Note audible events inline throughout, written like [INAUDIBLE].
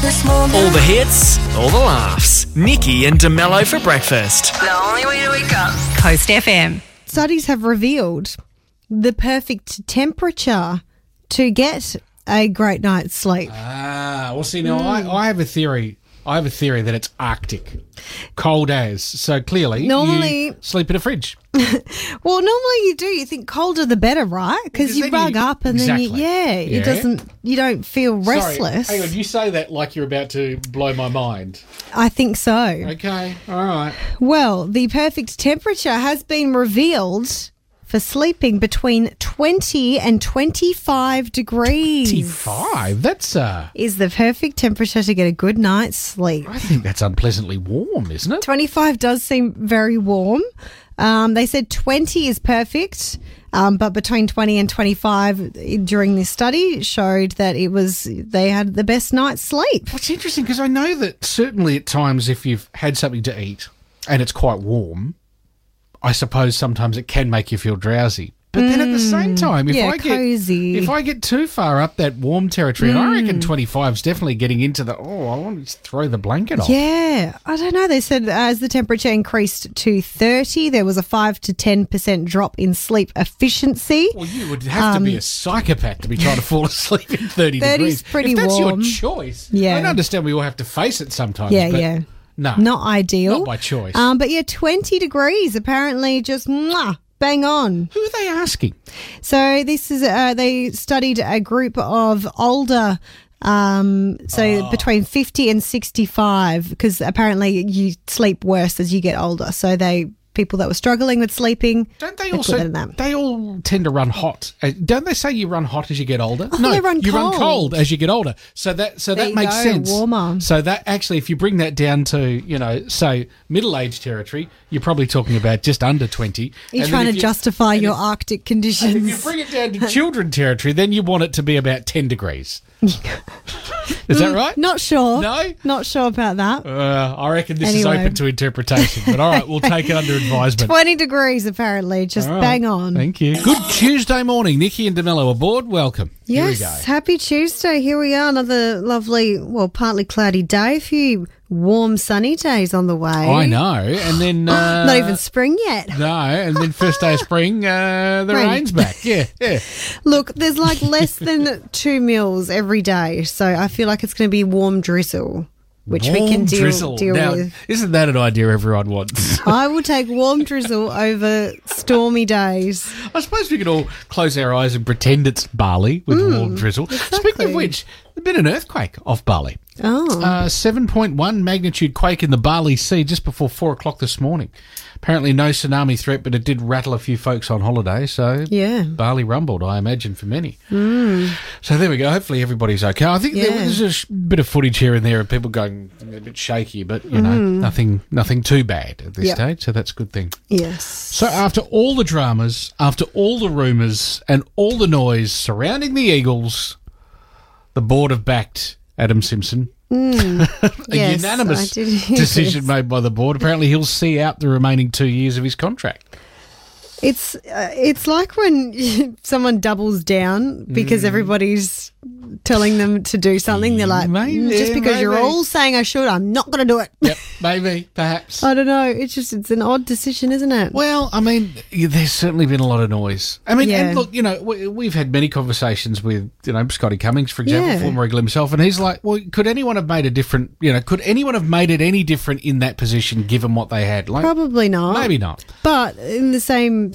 this morning. All the hits, all the laughs. Nikki and DeMello for breakfast. The only way to wake up. Coast FM. Studies have revealed the perfect temperature to get a great night's sleep. Ah, well, see, now Hmm. I, I have a theory. I have a theory that it's Arctic, cold as. So clearly, you Normally- sleep in a fridge. Well, normally you do. You think colder the better, right? Because Because you then rug you- up and then Exactly. you, yeah, Yeah. you doesn't you don't feel restless. Sorry, hang on, you say that like you're about to blow my mind. I think so. Okay, all right. Well, the perfect temperature has been revealed for sleeping between 20 and 25 degrees. T5, that's, uh, Is the perfect temperature to get a good night's sleep. I think that's unpleasantly warm, isn't it? 25 does seem very warm. Um, they said 20 is perfect, um, but between 20 and 25 during this study showed that it was they had the best night's sleep. What's interesting, because I know that certainly at times if you've had something to eat and it's quite warm, I suppose sometimes it can make you feel drowsy. But then at the same time, if Mm. yeah, I get cozy. Mm. if I get too far up that warm territory, and I reckon twenty five is definitely getting into the oh, I want to just throw the blanket off. Yeah, I don't know. They said as the temperature increased to 30, there was a 5 to 10% drop in sleep efficiency. Well, you would have to be a Um, psychopath to be trying to fall [LAUGHS] asleep in 30 30's degrees. pretty if that's warm. your choice, Yeah. I don't understand we all have to face it sometimes. Yeah, but yeah. No. Not ideal. Not by choice. Um, but yeah, 20 degrees apparently just mwah, bang on. Who are they asking? So this is uh, they studied a group of older. Um, so Oh. between 50 and 65, because apparently you sleep worse as you get older. So they, people that were struggling with sleeping, Don't They they put that also? in that. They all tend to run hot. Uh, Don't they say you run hot as you get older? Oh, they run you run cold. cold as you get older. So that so There that you makes go, sense. warmer. So that actually, if you bring that down to you know, say middle age territory, you're probably talking about just under twenty. you're And then trying if to you- justify your Arctic If you conditions. [LAUGHS] bring it down to children territory, then you want it to be about [LAUGHS] ten degrees. Is that right? Not sure. No? Not sure about that. Uh, I reckon this is Anyway. open to interpretation. But all right, we'll take [LAUGHS] it under advisement. 20 degrees apparently. Just All right. bang on. Oh, Thank you. Good Tuesday morning. Nikki and DeMello aboard. Welcome. Here we Yes, go. happy Tuesday. Here we are, another lovely, well, partly cloudy day. A few warm, sunny days on the way. I know. And then. [GASPS] Uh, Not even spring yet. No, and then first day of spring, uh, the Rain. rain's back. Yeah, yeah. Look, there's like [LAUGHS] less than two meals every day, so I feel like it's going to be warm drizzle, which we can Warm deal, drizzle. deal now, with. Isn't that an idea everyone wants? I will take warm [LAUGHS] drizzle over stormy days. I suppose we could all close our eyes and pretend it's Bali with warm drizzle. Speaking Mm, exactly. of which, there's been an earthquake off Bali. Oh, Uh, 7.1 magnitude quake in the Bali Sea just before 4 o'clock this morning. Apparently, no tsunami threat, but it did rattle a few folks on holiday. So, Yeah. Mm. Bali rumbled, I imagine, for many. So, there we go. Hopefully, everybody's okay. I think there, Yeah. there's a sh- bit of footage here and there of people going a bit shaky, but, you know, Mm. nothing nothing too bad at this Yep. stage. So, that's a good thing. yes. So, after all the dramas, after all the rumours, and all the noise surrounding the Eagles, the board have backed Adam Simpson. [LAUGHS] a Hmm. yes, unanimous I did hear decision this. made by the board. Apparently, he'll see out the remaining two years of his contract. It's uh, it's like when [LAUGHS] someone doubles down because Mm. everybody's telling them to do something. They're like, Maybe, "Mm, just because you're maybe." all saying I should, I'm not going to do it. Yep, maybe, perhaps. [LAUGHS] I don't know. It's just it's an odd decision, isn't it? Well, I mean, y- there's certainly been a lot of noise. I mean, Yeah. and look, you know, we, we've had many conversations with, you know, Scotty Cummings, for example, Yeah. former Eagle himself, and he's like, well, could anyone have made a different, you know, could anyone have made it any different in that position given what they had? Like, Probably not. maybe not. But in the same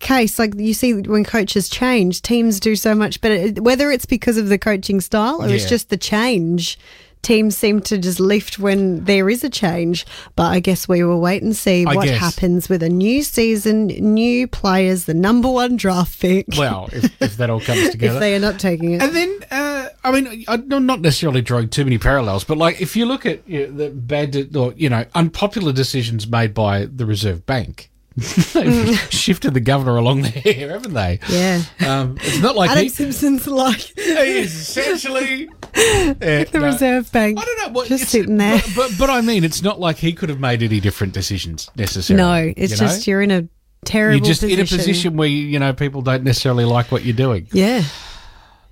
case, like you see when coaches change, teams do so much better. Whether it's because of the coaching style or it's Yeah. just the change, teams seem to just lift when there is a change. But I guess we will wait and see I what guess. happens with a new season, new players, the number one draft pick. Well, if, if that all comes [LAUGHS] together. if they end up taking it. And then, uh, I mean, I'm not necessarily drawing too many parallels, but like if you look at you know, the bad de- or you know unpopular decisions made by the Reserve Bank, [LAUGHS] they've shifted the governor along the [LAUGHS] hair, haven't they? Mm. [LAUGHS] Yeah. Um, it's not like Adam he, Simpson's like [LAUGHS] he is essentially the the Reserve Bank. I don't know what just it's- sitting [LAUGHS] there. but, but but I mean, it's not like he could have made any different decisions necessarily. No, it's you know? just you're in a terrible You're just in a position where you know people don't necessarily like what you're doing. Yeah.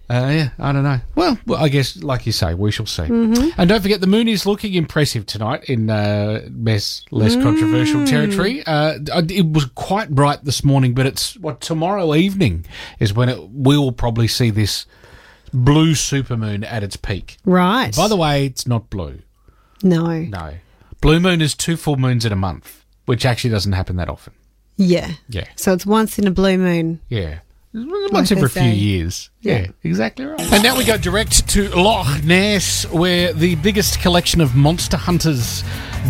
Uh, yeah, I don't know. Well, well, I guess, like you say, we shall see. And don't forget, the moon is looking impressive tonight in uh, less less controversial territory. Uh, I- it was quite bright this morning, but it's what tomorrow evening is when it, we will probably see this blue supermoon at its peak. Right. By the way, it's not blue. no. No, blue moon is two full moons in a month, which actually doesn't happen that often. Yeah. Yeah. So it's once in a blue moon. Yeah. Once they every few say. years. Yeah. Yeah. exactly right. And now we go direct to Loch Ness, where the biggest collection of monster hunters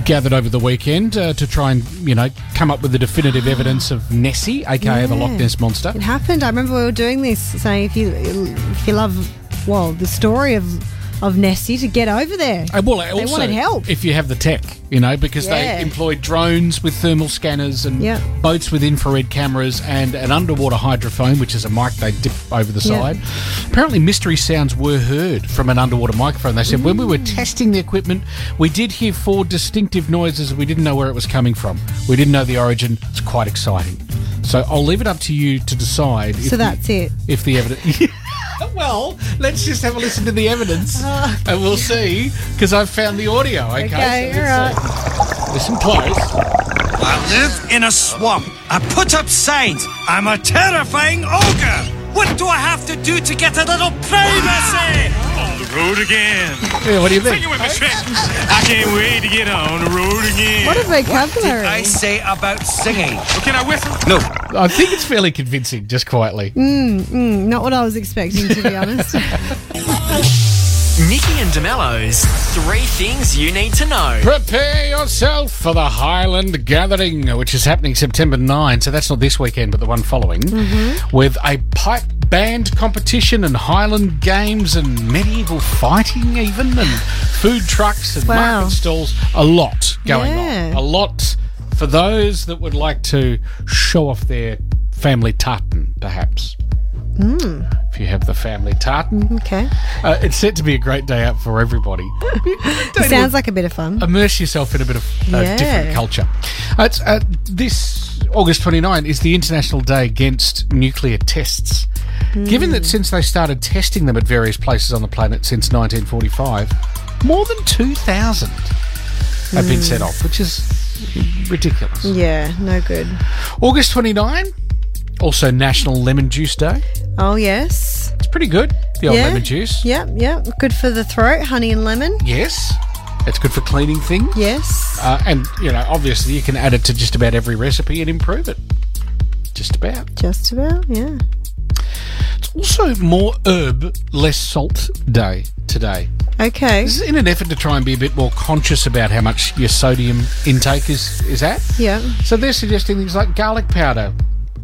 gathered over the weekend uh, to try and, you know, come up with the definitive evidence of Nessie, aka the Loch Yeah. Ness Monster. It happened. I remember we were doing this. So if you if you love well the story of of Nessie to get over there. Uh, well, also, wanted help. If you have the tech, you know, because Yeah. they employ drones with thermal scanners and Yeah. boats with infrared cameras and an underwater hydrophone, which is a mic they dip over the Yeah. side. Apparently, mystery sounds were heard from an underwater microphone. They said when we were Mm. testing the equipment, we did hear four distinctive noises. We didn't know where it was coming from. We didn't know the origin. It's quite exciting. So I'll leave it up to you to decide. if So that's the, it. If the [LAUGHS] evidence. well, let's just have a listen to the evidence and we'll see because I've found the audio. Uh. Okay, Okay, so all let's, right. uh, listen close. I live in a swamp. I put up signs. I'm a terrifying ogre. What do I have to do to get a little privacy? On the road again. [LAUGHS] Yeah, what do you think? Take it with me, Shrek. I can't wait to get on the road again. What a vocabulary. I say about singing. Can I whistle? No. I think it's fairly convincing, just quietly. Mm, Not what I was expecting to [LAUGHS] be honest. Nikki and DeMello's Three Things You Need to Know. Prepare yourself for the Highland Gathering, which is happening September 9. So that's not this weekend, but the one following, Mm-hmm. with a pipe band competition and Highland games and medieval fighting, even, and food trucks and Wow. market stalls. A lot going Yeah. on. A lot for those that would like to show off their family tartan, perhaps. Mm. If you have the family tartan, Okay. uh, it's set to be a great day out [LAUGHS] for everybody. It sounds like a bit of fun. immerse yourself in a bit of uh, Yeah. different culture. Uh, it's, uh, this August 29 is the International Day Against Nuclear Tests. Given that since they started testing them at various places on the planet since 1945, more than 2,000 have been Hmm. set off, which is ridiculous. Yeah, no good. August 29, also National Lemon Juice Day. Oh yes. It's pretty good, the old yeah. lemon juice. Yep, yep. Good for the throat, honey and lemon. Yes. It's good for cleaning things. Yes. Uh, and, you know, obviously you can add it to just about every recipe and improve it. Just about. Just about, yeah. It's also more herb, less salt day today. Okay. This is in an effort to try and be a bit more conscious about how much your sodium intake is, is at. Yeah. So they're suggesting things like garlic powder,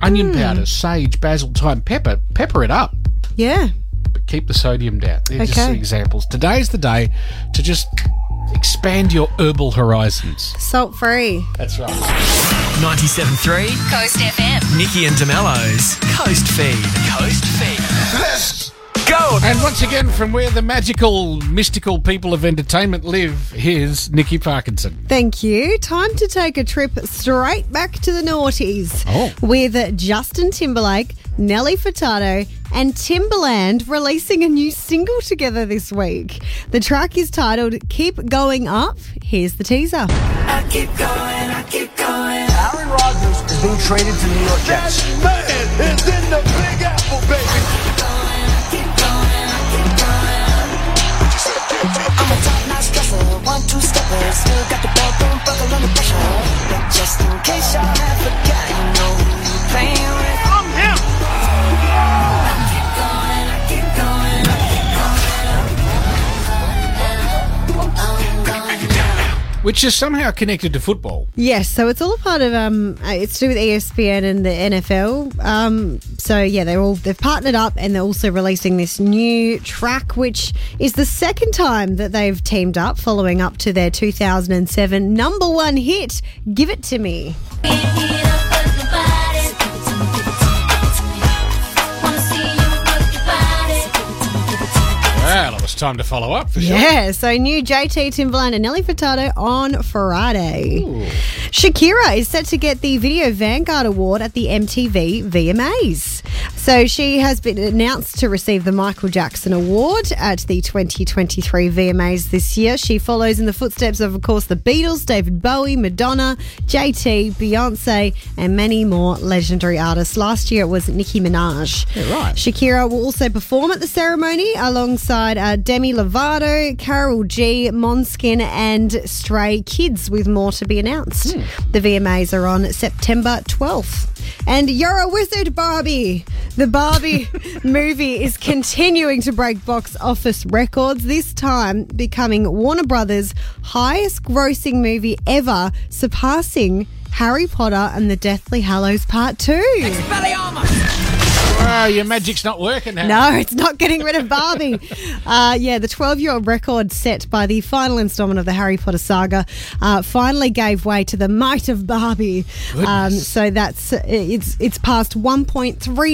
onion powder, sage, basil, thyme, pepper. Pepper it up, Yeah. but keep the sodium down. They're just Okay. examples. Today's the day to just expand your herbal horizons. Salt free. That's right. 97.3 Coast FM. Nikki and DeMello's Coast Feed. Coast Feed. Go! And once again, from where the magical, mystical people of entertainment live, here's Nikki Parkinson. Thank you. Time to take a trip straight back to the noughties Oh. with Justin Timberlake, Nelly Furtado, and Timberland releasing a new single together this week. The track is titled Keep Going Up. Here's the teaser. Aaron Rodgers is being traded to New York Jets. That man is in the Big Apple, baby. I'm a top-notch dresser, one-two stepper, still got the belt, don't buckle under pressure. But just in case y'all have forgotten, you know who you playing with. I'm him. Which is somehow connected to football. Yes, so it's all a part of um, uh, it's to do with ESPN and the NFL. Um, so yeah, they're all they've partnered up and they're also releasing this new track, which is the second time that they've teamed up, following up to their 2007 number one hit, "Give It to Me." Wow, Well, it was time to follow up for sure. Yeah, so new JT Timberland and Nelly Furtado on Friday. Shakira is set to get the Video Vanguard Award at the MTV VMAs. So she has been announced to receive the Michael Jackson Award at the 2023 VMAs this year. She follows in the footsteps of, of course, the Beatles, David Bowie, Madonna, JT, Beyonce, and many more legendary artists. Last year it was Nicki Minaj. right. Shakira will also perform at the ceremony alongside uh, Demi Lovato, Carol G, Monskin, and Stray Kids, with more to be announced. The VMAs are on September 12th. And You're a Wizard, Barbie! The Barbie movie is continuing to break box office records, this time becoming Warner Brothers' highest grossing movie ever, surpassing Harry Potter and the Deathly Hallows Part 2. Wow, your magic's not working. Harry. No, it's not getting rid of Barbie. uh, yeah, the 12 year old record set by the final installment of the Harry Potter saga uh, finally gave way to the might of Barbie. Um, so that's it's it's past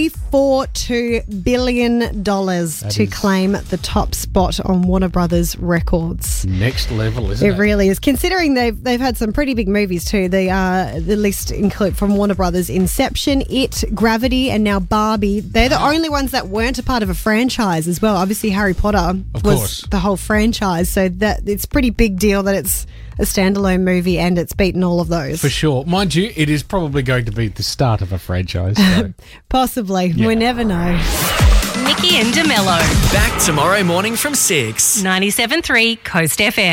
1.342 billion dollars to is- claim the top spot on Warner Brothers Records. Next level, isn't It it? really is. Considering they've they've had some pretty big movies too. The uh, the list include from Warner Brothers: Inception, It, Gravity, and now Barbie. They're the only ones that weren't a part of a franchise as well. Obviously, Harry Potter Of was course. the whole franchise, so that it's a pretty big deal that it's a standalone movie and it's beaten all of those. For sure. Mind you, it is probably going to be the start of a franchise. So. Possibly, we never know. Nikki and DeMello. Back tomorrow morning from 6. 97.3 Coast FM.